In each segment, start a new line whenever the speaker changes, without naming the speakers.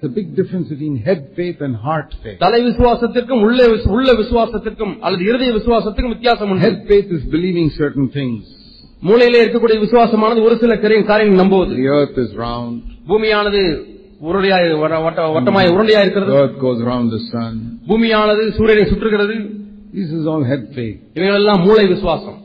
The big difference between head faith and heart faith.
தலை விசுவாசத்திற்கும் உள்ளே விசு- உள்ள விசுவாசத்திற்கும் அல்லது இருதய விசுவாசத்துக்கும் வித்தியாசம் உண்டு
Head faith is believing certain things.
மூளையிலே இருக்கக்கூடிய விசுவாசமானது ஒரு சில கரிய காரியங்கள் நம்புவது
The earth is round.
பூமியானது உருளையாய் வர- வட்ட- வட்டமாய் உருண்டையா
The
இருக்கிறது
earth goes round the sun.
பூமியானது சூரியனை சுற்றுகிறது
This is all head faith.
இவைகளெல்லாம் மூளை விசுவாசம்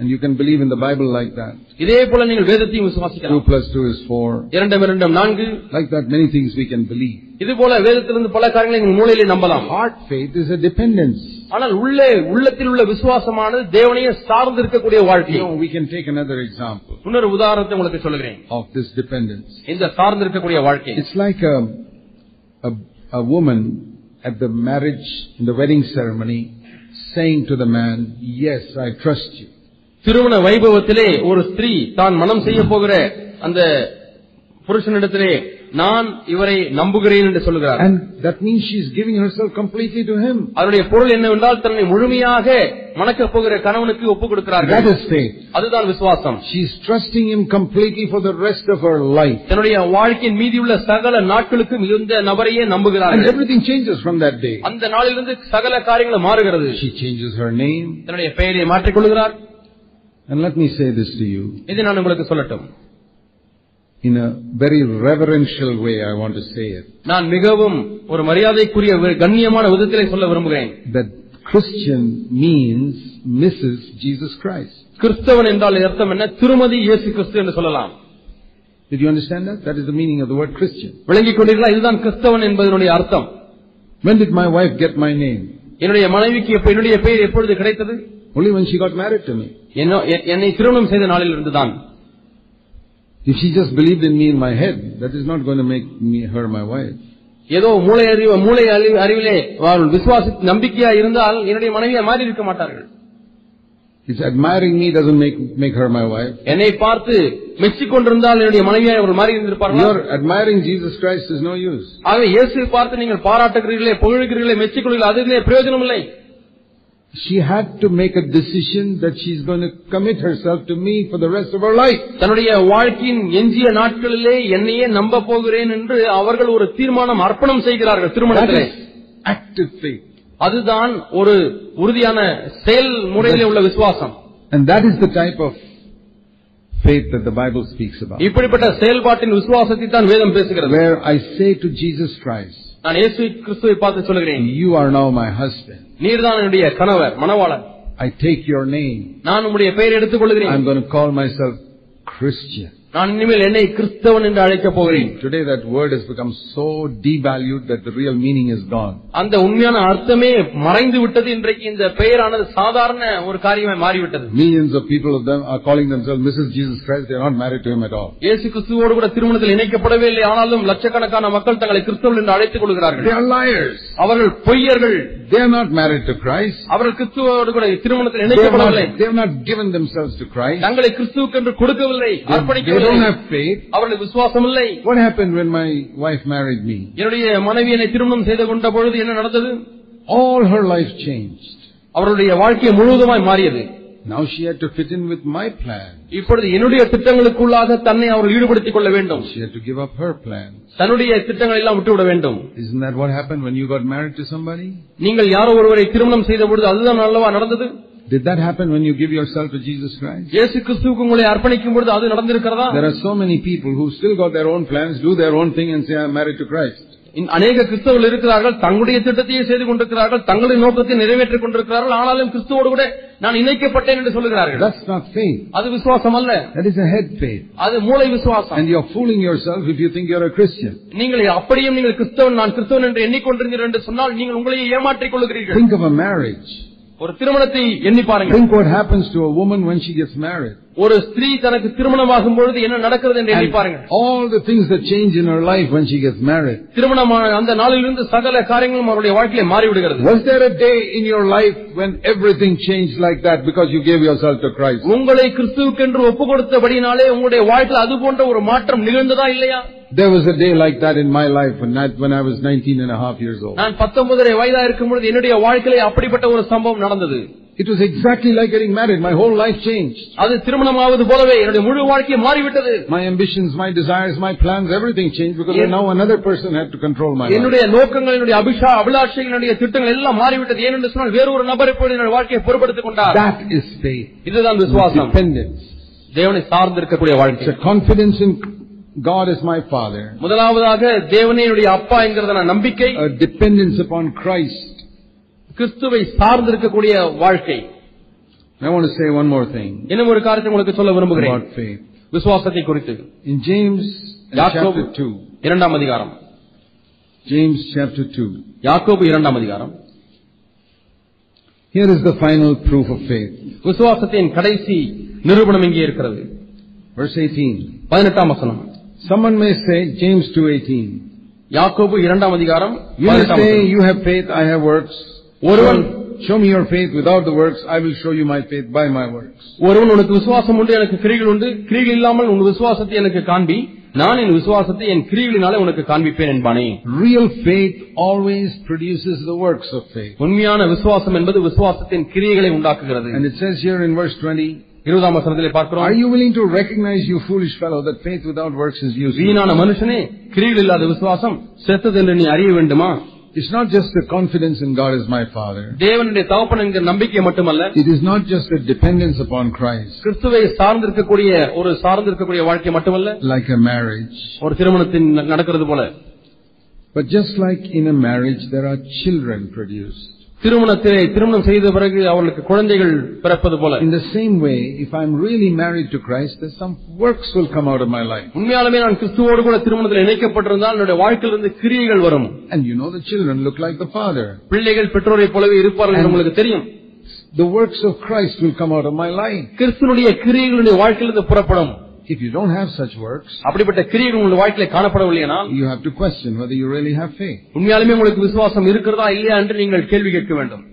And you can believe in the Bible like that.
இதே போல நீங்கள் வேதத்தையும்
Two
விசுவாசிக்கலாம்
plus two is four.
இரண்டும் இரண்டும் நான்கு
Like that, many things we can believe.
இது போல வேதத்திலிருந்து பல காரியங்களை நீங்கள் மூளையிலே நம்பலாம்
Heart faith is a dependence.
ஆனால் உள்ளே உள்ளத்தில் உள்ள விசுவாசமானது தேவனையே சார்ந்து இருக்கக்கூடிய வாழ்க்கை
You know, we can take another example
இன்னொரு உதாரணத்தை உங்களுக்கு சொல்லுகிறேன்
of this dependence.
இந்த சார்ந்து இருக்கக்கூடிய வாழ்க்கை
It's like a, a, a woman at the marriage, in the wedding ceremony, saying to the man, Yes, I trust you.
திருமண வைபவத்திலே ஒரு ஸ்திரீ தான் மனம் செய்ய போகிற அந்த புருஷனிடத்திலே நான் இவரை நம்புகிறேன் என்று சொல்கிறார்
And that means she's giving herself completely to him.
அதனுடைய பொருள் என்னவென்றால் தன்னை முழுமையாக மணக்கப் போகிற கணவனுக்கு ஒப்புக்
That
கொடுக்கிறார்கள்
is faith.
அதுதான் விசுவாசம்
She's trusting him completely for the rest of her life.
தன்னுடைய வாழ்க்கையின் மீதியுள்ள சகல நாட்களுக்கும் இந்த நபரையே
And
நம்புகிறார்கள்
everything changes from that day.
அந்த நாளிலிருந்து சகல காரியங்களும் மாறுகிறது
She changes her name.
தன்னுடைய பெயரை மாற்றிக் கொள்கிறார்
And let me say this to you
இது நான் உங்களுக்கு சொல்லட்டும்
in a very reverential way, I want to say it.
நான் மிகவும் ஒரு மரியாதைக்குரிய ஒரு கண்ணியமான விதத்திலே சொல்ல விரும்புகிறேன்
That Christian means Mrs. Jesus Christ.
கிறிஸ்தவன் என்றால் அர்த்தம் என்ன திருமதி இயேசு கிறிஸ்து என்று சொல்லலாம்
Did you understand that? That is the meaning of the word Christian.
விளங்கிக் கொண்டீர்களா இதுதான் கிறிஸ்தவன் என்பதனுடைய அர்த்தம்
When did my wife get my name?
என்னுடைய மனைவிக்கு எப்ப- என்னுடைய பெயர் எப்பொழுது கிடைத்தது
Only when she got married to me.
என்னோ- எ- என்னை திருமணம் செய்த நாளில் இருந்துதான்
If she just believed in me in my head, that is not going to make me, her my wife.
ஏதோ மூளை அறிவு மூளை அறிவு அறிவிலே அவர்கள் விசுவாசி நம்பிக்கையா இருந்தால் என்னுடைய மனைவியை மாறி இருக்க மாட்டார்கள்
It's admiring me doesn't make, make her my wife.
என்னை பார்த்து மெச்சிக் கொண்டிருந்தால் என்னுடைய மனைவியை அவர்கள் மாறி இருந்திருப்பார்கள்
Your admiring Jesus Christ is no use.
ஆகவே இயேசுவை பார்த்து நீங்கள் பாராட்டுகிறீர்களே புகழ்கிறீர்களே மெச்சிக் கொள்கிறீர்கள் அதிலே பிரயோஜனம் இல்லை
She had to make a decision that she's going to commit herself to me for the rest of her life.
தன்னுடைய வாழ்க்கையின் எஞ்சிய நாட்களிலே என்னையே நம்ப போகிறேன் என்று அவர்கள் ஒரு தீர்மானம் அர்ப்பணம் செய்கிறார்கள்
That
திருமணத்திலே
is active faith.
அதுதான் ஒரு உறுதியான செயல் முறையிலே உள்ள விசுவாசம்
And that is the type of faith that the Bible speaks about.
இப்படிப்பட்ட செயல்பாட்டின் விசுவாசத்தை தான் வேதம் பேசுகிறது
Where I say to Jesus Christ,
நான் இயேசு கிறிஸ்துவை பார்த்து சொல்கிறேன்
You are now my husband.
நீர்தான் என்னுடைய கணவர் மணவாளர்
I take your name.
நான் உம்முடைய பெயர் எடுத்துக்
I'm
கொள்கிறேன்
going to call myself Christian.
நான் இனிமேல் என்னை கிறிஸ்தவன் என்று அழைக்கப் போகிறேன்
Today that word has become so devalued that the real meaning is gone.
அந்த உண்மையான அர்த்தமே மறைந்து விட்டது இன்றைக்கு இந்த பெயரானது சாதாரண ஒரு காரியமே மாறிவிட்டது
Millions of people of them are calling themselves Mrs. Jesus Christ. They are not married to him at all.
இயேசு கிறிஸ்துவோடு கூட திருமணத்தில் இணைக்கப்படவே இல்லை ஆனாலும் லட்சக்கணக்கான மக்கள் தங்களை கிறிஸ்தவர்கள் என்று அழைத்துக்
They
கொள்கிறார்கள்
are liars.
அவர்கள் பொய்யர்கள்
They are not married to Christ.
அவர்கள் கிறிஸ்துவோடு கூட திருமணத்தில்
They have
இணைக்கப்படவில்லை
not, they have not given themselves to Christ.
தங்களை கிறிஸ்துவுக்கு என்று கொடுக்கவில்லை
They, they
அர்ப்பணிக்கவில்லை
don't have faith.
அவர்களுக்கு விசுவாசம் இல்லை
What happened when my wife married me?
என்னுடைய மனைவி என்னை திருமணம் செய்து கொண்ட பொழுது என்ன நடந்தது
All her life changed.
அவருடைய வாழ்க்கை முழுவதுமாய் மாறியது
Now she had to fit in with my plan.
இப்பொழுது என்னுடைய திட்டங்களுக்குள்ளாக தன்னை அவர்கள் ஈடுபடுத்திக் கொள்ள வேண்டும்
She had to give up her plan.
தன்னுடைய திட்டங்களை எல்லாம் விட்டுவிட வேண்டும்
Isn't that what happened when you got married to somebody?
நீங்கள் யாரோ ஒருவரை திருமணம் செய்த பொழுது அதுதான் அல்லவா நடந்தது
Did that happen when you give yourself to Jesus Christ?
இயேசு கிறிஸ்துவுக்கு உங்களை அர்ப்பணிக்கும் பொழுது அது நடந்திருக்கிறதா
There are so many people who still got their own plans, do their own thing and say, I'm married to Christ.
இன் அநேக கிறிஸ்தவர்கள் இருக்கிறார்கள் தங்களுடைய திட்டத்தையே செய்து கொண்டிருக்கிறார்கள் தங்களின் நோக்கத்தை நிறைவேற்றிக் கொண்டிருக்கிறார்கள் ஆனாலும் கிறிஸ்துவோடு கூட நான் இணைக்கப்பட்டேன் என்று சொல்லுகிறார்கள்
That's not faith.
அது விசுவாசம் அல்ல
That is a head faith.
அது மூளை விசுவாசம்
And you're fooling yourself if you think you're a Christian.
நீங்கள் அப்படியும் நீங்கள் கிறிஸ்தவன் நான் கிறிஸ்தவன் என்று எண்ணிக்கொண்டிருக்கிறீர்கள் என்று சொன்னால் நீங்கள் உங்களையே ஏமாற்றிக் கொள்கிறீர்கள்
Think of a marriage.
ஒரு திருமணத்தை எண்ணி பாருங்கள்
Think what happens to a woman when she gets married.
ஒரு ஸ்திரீ தனக்கு திருமணமாகும் பொழுது என்ன நடக்கிறது என்று எண்ணி
And
பாருங்கள்
all the things that change in her life when she gets married.
திருமணமான அந்த நாளிலிருந்து சகல காரியங்களும் அவருடைய வாழ்க்கையில மாறிவிடுகிறது
Was there a day in your life when everything changed like that because you gave yourself to Christ?
உங்களை கிறிஸ்துவுக்கென்று ஒப்பு கொடுத்தபடினாலே உங்களுடைய வாழ்க்கையில் அது போன்ற ஒரு மாற்றம் நிகழ்ந்ததா இல்லையா
There was a day like that in my life when I, when I was 19 and a half years old.
நான் பத்தொன்பதரை வயதா இருக்கும் பொழுது என்னுடைய வாழ்க்கையிலே அப்படிப்பட்ட ஒரு சம்பவம் நடந்தது
It was exactly like getting married. My whole life changed.
அது திருமணமாவது போலவே என்னுடைய முழு வாழ்க்கை மாறிவிட்டது
My ambitions, my desires, my plans, everything changed because I now another person had to control my life.
என்னுடைய நோக்கங்கள் என்னுடைய அபிஷா அபிலாஷைகள் என்னுடைய திட்டங்கள் எல்லாம் மாறிவிட்டது ஏனென்று சொன்னால் வேறு ஒரு நபர் இப்பொழுது என்னுடைய வாழ்க்கையை பொறுப்படுத்திக் கொண்டார்
That is faith.
இதுதான் விசுவாசம்
Dependence.
தேவனை சார்ந்து இருக்கக்கூடிய வாழ்க்கை
It's a confidence in God as my Father.
முதலாவதாக தேவனே என்னுடைய அப்பா என்கிறதான நம்பிக்கை
A dependence upon Christ.
கிறிஸ்துவை சார்ந்து இருக்கக்கூடிய வாழ்க்கை
I want to say one more thing
இன்னும் ஒரு காரியத்தை உங்களுக்கு சொல்ல விரும்புகிறேன்
about faith.
விசுவாசத்தை குறித்து
In James and
Yaakov.
chapter 2,
இரண்டாம் அதிகாரம்
James chapter 2,
யாக்கோபு இரண்டாம் அதிகாரம்
here is the final proof of faith.
விசுவாசத்தின் கடைசி நிரூபணம் இங்கே இருக்கிறது
Verse 18.
பதினெட்டாம் வசனம்
Someone may say, James 2.18,
யாக்கோபு இரண்டாம் அதிகாரம்
you may
பதினெட்டாம்
say,
வசனம்.
you have faith, I have works.
ஒருவன்
Show- Show me your faith without the works, I will show you my faith by my works.
ஒருவன் உனக்கு விசுவாசம் உண்டு எனக்கு கிரிகள் உண்டு கிரிகள் இல்லாமல் உன் விசுவாசத்தை எனக்கு காண்பி நான் என் விசுவாசத்தை என் கிரிகளினாலே உனக்கு காண்பிப்பேன் என்பானே
Real faith always produces the works of faith.
உண்மையான விசுவாசம் என்பது விசுவாசத்தின் கிரியைகளை உண்டாக்குகிறது
And it says here in verse 20,
இருபதாம் வசனத்திலே
Are
பார்க்கிறோம்
you willing to recognize, you foolish fellow, that faith without works is useless?
வீணான மனுஷனே கிரிகள் இல்லாத விசுவாசம் செத்தது என்று நீ அறிய வேண்டுமா
It's not just the confidence in God as my Father.
தேவனுடைய தகப்பன் என்கிற நம்பிக்கை மட்டுமல்ல
It is not just a dependence upon Christ,
கிறிஸ்துவை சார்ந்திருக்கக்கூடிய ஒரு சார்ந்திருக்கக்கூடிய வாழ்க்கை மட்டுமல்ல
like a marriage.
ஒரு திருமணத்தின் ந- நடக்கிறது போல
But just like in a marriage, there are children produced.
திருமணத்திலே திருமணம் செய்த பிறகு அவர்களுக்கு குழந்தைகள் பிறப்பது போல
In the same way, if I'm really married to Christ, there's some works will come out of my life.
உண்மையாலுமே நான் கிறிஸ்துவோடு கூட திருமணத்தில் இணைக்கப்பட்டிருந்தால் என்னுடைய வாழ்க்கையிலிருந்து கிரியைகள் வரும்
And you know the children look like the Father.
பிள்ளைகள் பெற்றோரைப் போலவே இருப்பார்கள் என்று உங்களுக்கு தெரியும்
The works of Christ will come out of my life.
கிறிஸ்துனுடைய கிரியைகளுடைய வாழ்க்கையிலிருந்து புறப்படும்
If you don't have such works,
அப்படிப்பட்ட கிரியைகள் உங்களுடைய வாழ்க்கையில காணப்படவில்லையானால்
you have to question whether you really have faith.
உண்மையாலுமே உங்களுக்கு விசுவாசம் இருக்கிறதா இல்லையா என்று நீங்கள் கேள்வி கேட்க வேண்டும்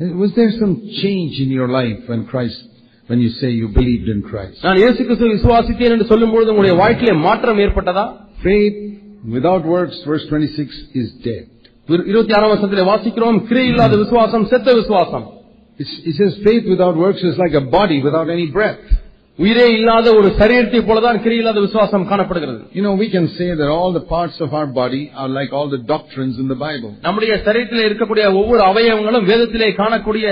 Was there some change in your life when Christ, when you say you believed in Christ?
நான் இயேசு கிறிஸ்துவை விசுவாசித்தேன் என்று சொல்லும்பொழுது உங்களுடைய வாழ்க்கையில மாற்றம் ஏற்பட்டதா
Faith without works, verse 26, is dead.
இரு- இருபத்தி ஆறாம் வருஷத்துல வாசிக்கிறோம் கிரியை இல்லாத விசுவாசம் செத்த விசுவாசம்
It's, it says faith without works is like a body without any breath.
உயிரே இல்லாத ஒரு சரீரத்தை போலதான் கிரியை இல்லாத விசுவாசம் காணப்படுகிறது
You know, we can say that all the parts of our body are like all the doctrines in the Bible.
நம்முடைய சரீரத்தில் இருக்கக்கூடிய ஒவ்வொரு அவயவங்களும் வேதத்திலே காணக்கூடிய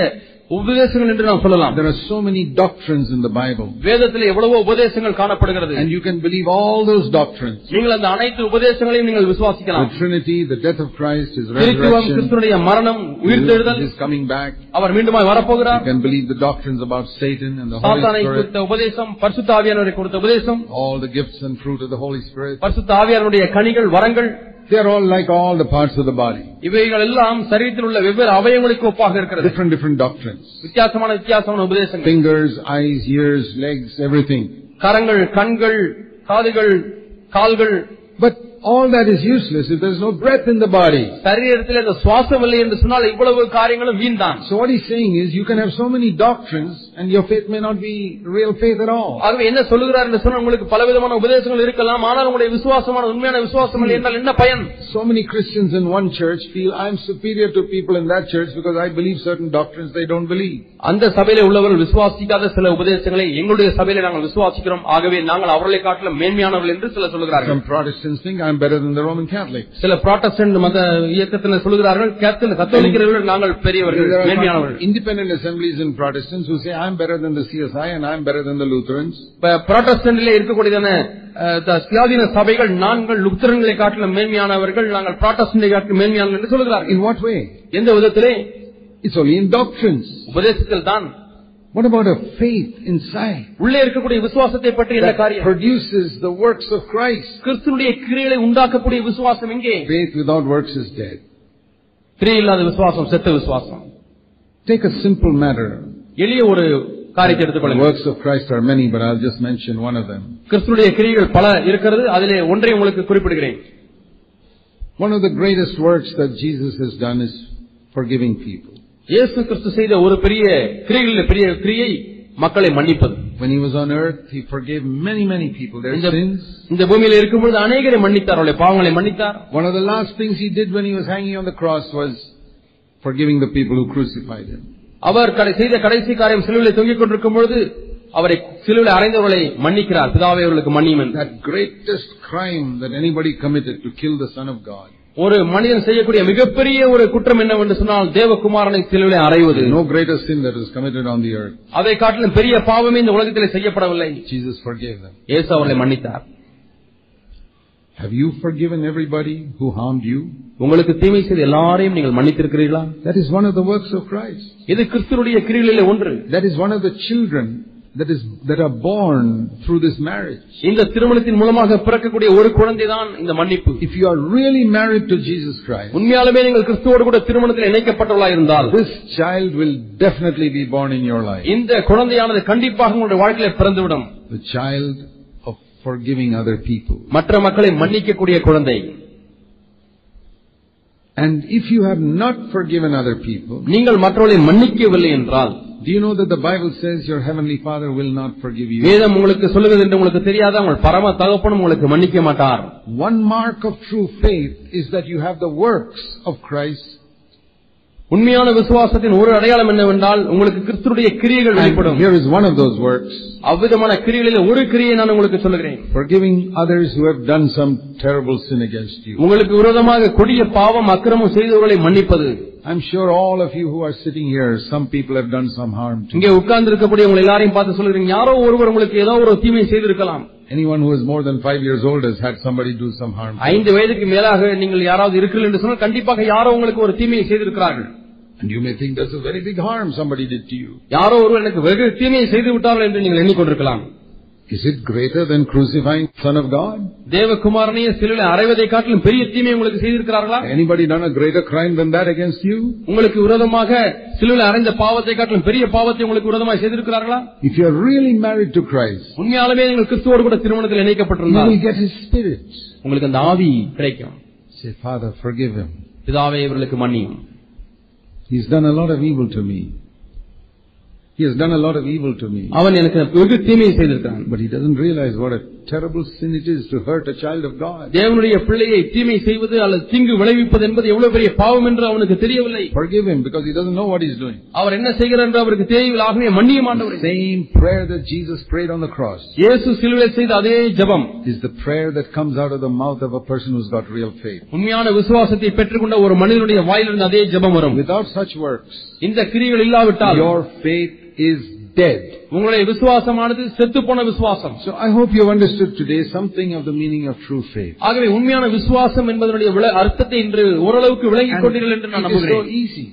உபதேசங்கள் என்று நாம் சொல்லலாம்
There are so many doctrines in the Bible.
வேதத்திலே எவ்வளவோ உபதேசங்கள் காணப்படுகிறது
And you can believe all those doctrines.
நீங்கள் அந்த அனைத்து உபதேசங்களையும் நீங்கள்
The
விசுவாசிக்கலாம்
Trinity, the death of Christ, His
திருத்துவம்
resurrection,
கிறிஸ்துனுடைய மரணம் உயிர்த்தெழுதல்
His coming back.
அவர் மீண்டுமாய்
You
வரப்போகிறார்
can believe the doctrines about Satan and the Holy
சாத்தானை
Spirit.
குறித்த உபதேசம் பரிசுத்த ஆவியானவரை குறித்த உபதேசம்
all the gifts and fruit of the Holy Spirit.
பரிசுத்த ஆவியானுடைய கனிகள் வரங்கள்
They are all like all the parts of the body.
இவைகள் எல்லாம் சரீரத்தில் உள்ள வெவ்வேறு அவயங்களுக்கு ஒப்பாக இருக்கிறது
Different, different doctrines.
வித்தியாசமான வித்தியாசமான உபதேசங்கள்
Fingers, eyes, ears, legs, everything.
கரங்கள் கண்கள் காதுகள் கால்கள்
But all that is useless if there's no breath in the body.
சரீரத்தில் இந்த சுவாசம் இல்லை என்று சொன்னால் இவ்வளவு காரியங்களும் வீண்தான்
So what he's saying is you can have so many doctrines and your faith may not be real faith at all.
ஆகவே என்ன சொல்லுகிறார் என்று சொன்னால் உங்களுக்கு பலவிதமான உபதேசங்கள் இருக்கலாம் ஆனால் உங்களுடைய விசுவாசமான உண்மையான விசுவாசம் இல்லை என்றால் என்ன பயன்
So many Christians in one church feel I'm superior to people in that church because I believe certain doctrines they don't believe.
அந்த சபையில உள்ளவர்கள் விசுவாசிக்காத சில உபதேசங்களை எங்களுடைய சபையில நாங்கள் விசுவாசிக்கிறோம் ஆகவே நாங்கள் அவர்களை காட்டிலும் மேன்மையானவர்கள் என்று சில சொல்லுகிறார்கள்
Some Protestants think I'm better than the Roman Catholics.
சில புராட்டஸ்டன்ட் மத இயக்கத்தினர் சொல்லுகிறார்கள் கேத்தலிக் கத்தோலிக்கிறவர்கள் நாங்கள் பெரியவர்கள்
There are some
மேன்மையானவர்கள்
independent assemblies in Protestants who say, I'm better than the CSI and I'm better than the Lutherans.
இப்ப புராட்டஸ்டன்ட்ல இருக்கக்கூடியதான அஹ், த- சுயாதீன சபைகள் நாங்கள் லுத்தரன்களை காட்டிலும் மேன்மையானவர்கள் நாங்கள் புராட்டஸ்டன்டை காட்டிலும் மேன்மையானவர்கள் என்று சொல்லுகிறார்கள்
In what way?
எந்த விதத்திலே
It's only in doctrines.
உபதேசத்தில் தான்
What about a faith inside
உள்ளே இருக்கக்கூடிய விசுவாசத்தை பற்றி என்ன
that
காரியம்
produces the works of Christ?
கிறிஸ்துனுடைய கிரியைகளை உண்டாக்கக்கூடிய விசுவாசம் எங்கே
Faith without works is dead.
கிரியை இல்லாத விசுவாசம் செத்த விசுவாசம்
Take a simple matter.
எளிய ஒரு காரியத்தை
The
எடுத்துக்கொள்ளுங்க
works of Christ are many, but I'll just mention one of them.
கிறிஸ்துடைய கிரியைகள் பல இருக்கிறது அதிலே ஒன்றை உங்களுக்கு குறிப்பிடுகிறேன்
One of the greatest works that Jesus has done is forgiving people.
இயேசு கிறிஸ்து செய்த ஒரு பெரிய கிரியைகளில் பெரிய கிரியை மக்களை மன்னிப்பது
When he was on earth, he forgave many, many people their
இந்த-
sins.
இந்த பூமியில இருக்கும்பொழுது அநேகரை மன்னித்தார் அவருடைய பாவங்களை மன்னித்தார்
One of the last things he did when he was hanging on the cross was forgiving the people who crucified him.
அவர் கடை- செய்த கடைசி காரியம் சிலுவிலே தொங்கிக் கொண்டிருக்கும் பொழுது அவரை சிலுவிலே அறைந்தவர்களை மன்னிக்கிறார் பிதாவை அவர்களுக்கு மன்னியும் என்று.
That greatest crime that anybody committed to kill the Son of God.
ஒரு மனிதன் செய்யக்கூடிய மிகப்பெரிய ஒரு குற்றம் என்னவென்று சொன்னால் தேவகுமாரனை சிலுவிலே அறைவது
No greater sin that was committed on the earth.
அதை காட்டிலும் பெரிய பாவமே இந்த உலகத்திலே செய்யப்படவில்லை
Jesus forgave them.
இயேசு அவர்களை மன்னித்தார்
Have you forgiven everybody who harmed you?
உங்களுக்கு தீமை செய்த எல்லாரையும் நீங்கள் மன்னித்திருக்கிறீர்களா
That is one of the works of Christ.
இது கிறிஸ்துடைய கிரிகளிலே ஒன்று
That is one of the children that is that are born through this marriage.
இந்த திருமணத்தின் மூலமாக பிறக்கக்கூடிய ஒரு குழந்தை தான் இந்த மன்னிப்பு
If you are really married to Jesus Christ,
உண்மையாலுமே நீங்கள் கிறிஸ்துவோடு கூட திருமணத்தில் இணைக்கப்பட்டவளா இருந்தால்
this child will definitely be born in your life.
இந்த குழந்தையானது கண்டிப்பாக உங்களுடைய வாழ்க்கையில பிறந்துவிடும்
The child of forgiving other people.
மற்ற மக்களை மன்னிக்கக்கூடிய குழந்தை
And if you have not forgiven other people,
நீங்கள் மற்றவர்களை மன்னிக்கவில்லை என்றால்
do you know that the Bible says your heavenly Father will not forgive you?
வேதம் உங்களுக்கு சொல்லுவது என்று உங்களுக்கு தெரியாத உங்கள் பரம தகப்பனும் உங்களுக்கு மன்னிக்க மாட்டார்
One mark of true faith is that you have the works of Christ
உண்மையான விசுவாசத்தின் ஒரு அடையாளம் என்னவென்றால் உங்களுக்கு கிறிஸ்துடைய கிரியைகள்
And
வெளிப்படும்
here is one of those works
அவ்விதமான கிரியைகளில் ஒரு கிரியை நான் உங்களுக்கு சொல்லுகிறேன்
forgiving others who have done some terrible sin against you.
உங்களுக்கு விரோதமாக கொடிய பாவம் அக்கிரமம் செய்தவர்களை மன்னிப்பது
I'm sure all of you who are sitting here, some people have done some harm to you.
இங்கே உட்கார்ந்து இருக்கக்கூடிய உங்களை எல்லாரையும் பார்த்து சொல்லுகிறேன் யாரோ ஒருவர் உங்களுக்கு ஏதோ ஒரு தீமை செய்திருக்கலாம்
Anyone who is more than five years old has had somebody do some harm. to you.
ஐந்து வயதுக்கு மேலாக நீங்கள் யாராவது இருக்கிறீர்கள் என்று சொன்னால் கண்டிப்பாக யாரோ உங்களுக்கு ஒரு தீமையை செய்திருக்கிறார்கள்
And you may think that's a very big harm somebody did to you.
யாரோ ஒருவர் எனக்கு வெகு தீமையை செய்து விட்டார்கள் என்று நீங்கள் எண்ணிக்கொண்டிருக்கலாம்
Is it greater than crucifying Son of God?
தேவகுமாரனையே சிலுவை அறைவதை காட்டிலும் பெரிய தீமை உங்களுக்கு செய்திருக்கிறார்களா
Anybody done a greater crime than that against you?
உங்களுக்கு விரோதமாக சிலுவை அறைந்த பாவத்தை காட்டிலும் பெரிய பாவத்தை உங்களுக்கு விரோதமாக செய்திருக்கிறார்களா
If you are really married to Christ,
உண்மையாலுமே நீங்கள் கிறிஸ்துவோடு கூட திருமணத்தில்
you
இணைக்கப்பட்டிருந்தால்
will get His Spirit.
உங்களுக்கு அந்த ஆவி கிடைக்கும்
Say, Father, forgive him.
பிதாவே இவர்களுக்கு மன்னியும்
He's done a lot of evil to me. He has done a lot of evil to me.
அவன் எனக்கு வெகு தீமையை செய்திருக்கிறான்
But he doesn't realize what a terrible sin it is to hurt a child of God.
தேவனுடைய பிள்ளையை தீமை செய்வது அல்லது தீங்கு விளைவிப்பது என்பது எவ்வளவு பெரிய பாவம் என்று அவனுக்கு தெரியவில்லை
Forgive him because he doesn't know what he's doing.
அவர் என்ன செய்கிறார் என்று அவருக்கு தெரியவில்லை ஆகவே மன்னிய
The
மாட்டவரே
same prayer that Jesus prayed on the cross
இயேசு சிலுவை செய்த அதே ஜெபம்
is the prayer that comes out of the mouth of a person who's got real faith.
உண்மையான விசுவாசத்தை பெற்றுக்கொண்ட ஒரு மனிதனுடைய வாயிலிருந்து அதே ஜெபம் வரும்
Without such works,
இந்த கிரிகள் இல்லாவிட்டால்
your faith is dead.
உங்களுடைய விசுவாசமானது செத்துப்போன விசுவாசம்
So I hope you've understood today something of the meaning of true faith.
ஆகவே உண்மையான விசுவாசம் என்பதனுடைய விள- அர்த்தத்தை இன்று ஓரளவுக்கு விளங்கிக்
And
கொண்டீர்கள் என்று நான்
it is so
நம்புகிறேன்
easy.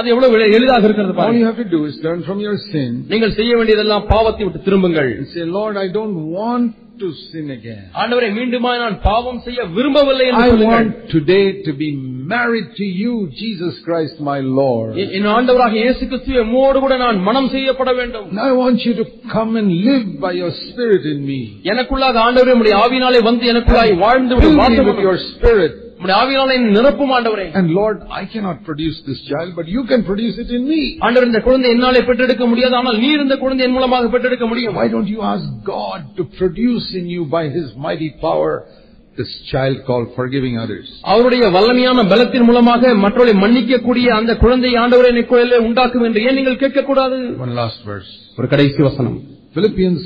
அது எவ்வளவு எளி- எளிதாக இருக்கிறது
All you
பாருங்க
have to do is turn from your sin
நீங்கள் செய்ய வேண்டியதெல்லாம் பாவத்தை விட்டு திரும்புங்கள்
and say, Lord, I don't want to sin again.
ஆண்டவரை மீண்டுமாய் நான் பாவம் செய்ய விரும்பவில்லை என்று
I
சொல்லுங்கள்
want today to be married to you, Jesus Christ, my Lord.
எ- என் ஆண்டவராக இயேசு கிறிஸ்துவை உம்மோடு கூட நான் மனம் செய்யப்பட வேண்டும்
And I want you to come and live by your Spirit in me.
எனக்குள்ளாக ஆண்டவரே உம்முடைய ஆவினாலே வந்து எனக்குள்ளாய் வாழ்ந்து
Fill
விடும்
me
வாசம்
with your Spirit.
உம்முடைய ஆவினாலே என்னை நிரப்பும் ஆண்டவரே
And Lord, I cannot produce this child, but you can produce it in me.
ஆண்டவர் இந்த குழந்தை என்னாலே பெற்றெடுக்க முடியாது ஆனால் நீர் இந்த குழந்தை என் மூலமாக பெற்றெடுக்க முடியும்
Why don't you ask God to produce in you by His mighty power this child called forgiving others?
அவருடைய வல்லமையான பலத்தின் மூலமாக மற்றவர்களை மன்னிக்கக்கூடிய அந்த குழந்தை ஆண்டவரை நிக்கோயிலே உண்டாக்கும் என்று ஏன் நீங்கள் கேட்கக்கூடாது
One last verse.
ஒரு கடைசி வசனம்
Philippians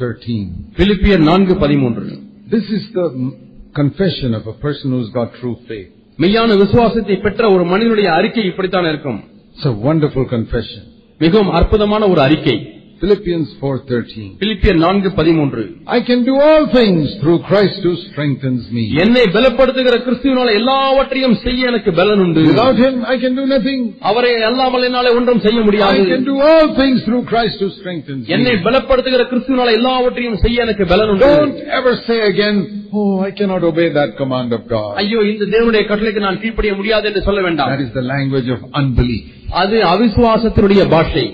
4:13.
பிலிப்பியர் நான்கு பதிமூன்று
This is the mm, confession of a person who's got true faith.
மெய்யான விசுவாசத்தை பெற்ற ஒரு மனிதனுடைய அறிக்கை இப்படித்தான் இருக்கும்
It's a wonderful confession.
மிகவும் அற்புதமான ஒரு அறிக்கை
Philippians 4:13
பிலிப்பியர் நான்கு பதிமூன்று
I can do all things through Christ who strengthens me.
என்னை பலப்படுத்துகிற கிறிஸ்துவினால எல்லாவற்றையும் செய்ய எனக்கு பலன் உண்டு
Without him I can do nothing.
அவரை அல்லாமல் என்னால ஒன்றும் செய்ய
I
முடியாது
can do all things through Christ who strengthens
என்னை
me.
பலப்படுத்துகிற கிறிஸ்துவினால எல்லாவற்றையும் செய்ய எனக்கு பலன் உண்டு
Don't ever say again, "Oh, I cannot obey that command of God."
ஐயோ இந்த தேவனுடைய கட்டளைக்கு நான் கீழ்ப்படிய முடியாது என்று சொல்ல வேண்டாம்
That is the language of unbelief.
அது அவிசுவாசத்தினுடைய பாஷை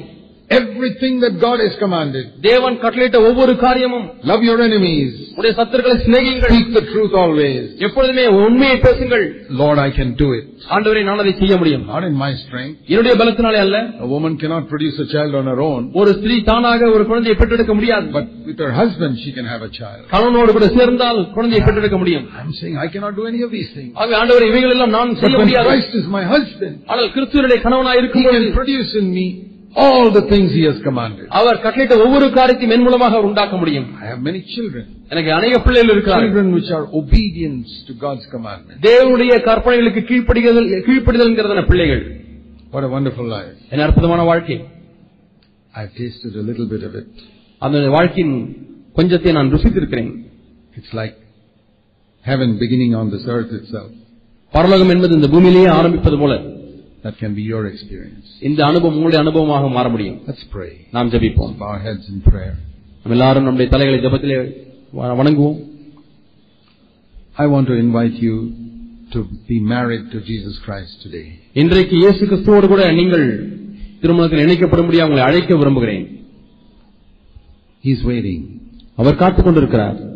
everything that God has commanded.
தேவன் கட்டளையிட்ட ஒவ்வொரு காரியமும்
Love your enemies.
உடைய சத்துருக்களை சிநேகிங்கள்
Speak the truth always.
எப்பொழுதுமே உண்மையை பேசுங்கள்
Lord, I can do it.
ஆண்டவரை நான் அதை செய்ய முடியும்
Not in my strength.
என்னுடைய பலத்தினாலே அல்ல
A woman cannot produce a child on her own,
ஒரு ஸ்திரீ தானாக ஒரு குழந்தையை பெற்றெடுக்க முடியாது
but with her husband she can have a child.
கணவனோடு கூட சேர்ந்தால் குழந்தையை பெற்றெடுக்க முடியும்
I'm saying I cannot do any of these things.
ஆகவே ஆண்டவரை இவைகள் எல்லாம் நான்
But
செய்ய
when
முடியாது
Christ is my husband,
ஆனால் கிறிஸ்துவனுடைய கணவனாய்
He
இருக்கும்
can produce in me all the things He has commanded.
அவர் கட்டளையிட்ட ஒவ்வொரு காரியத்தையும் என் மூலமாக அவர் உண்டாக்க முடியும்
I have many children.
எனக்கு அநேக பிள்ளைகள் இருக்கிறார்கள்
Children which are obedient to God's commandment.
தேவனுடைய கற்பனைகளுக்கு கீழ்ப்படிதல் கீழ்ப்படிதல்ங்கிறதான பிள்ளைகள்
What a wonderful life.
என்ன அற்புதமான வாழ்க்கை
I've tasted a little bit of it.
அந்த வாழ்க்கையின் கொஞ்சத்தை நான் ருசித்திருக்கிறேன்
It's like heaven beginning on this earth itself.
பரலோகம் என்பது இந்த பூமியிலேயே ஆரம்பிப்பது போல
That can be your experience.
இந்த அனுபவம் உங்களுடைய அனுபவமாக மாற முடியும்
Let's pray.
நாம் ஜெபிப்போம்
Bow our heads in prayer.
நம்ம எல்லாரும் நம்முடைய தலைகளை ஜெபத்திலே வ- வணங்குவோம்
I want to invite you to be married to Jesus Christ today.
இன்றைக்கு இயேசு கிறிஸ்துவோடு கூட நீங்கள் திருமணத்தில் இணைக்கப்படும்படியாக உங்களை அழைக்க விரும்புகிறேன்
He's waiting.
அவர் காத்துக் கொண்டிருக்கிறார்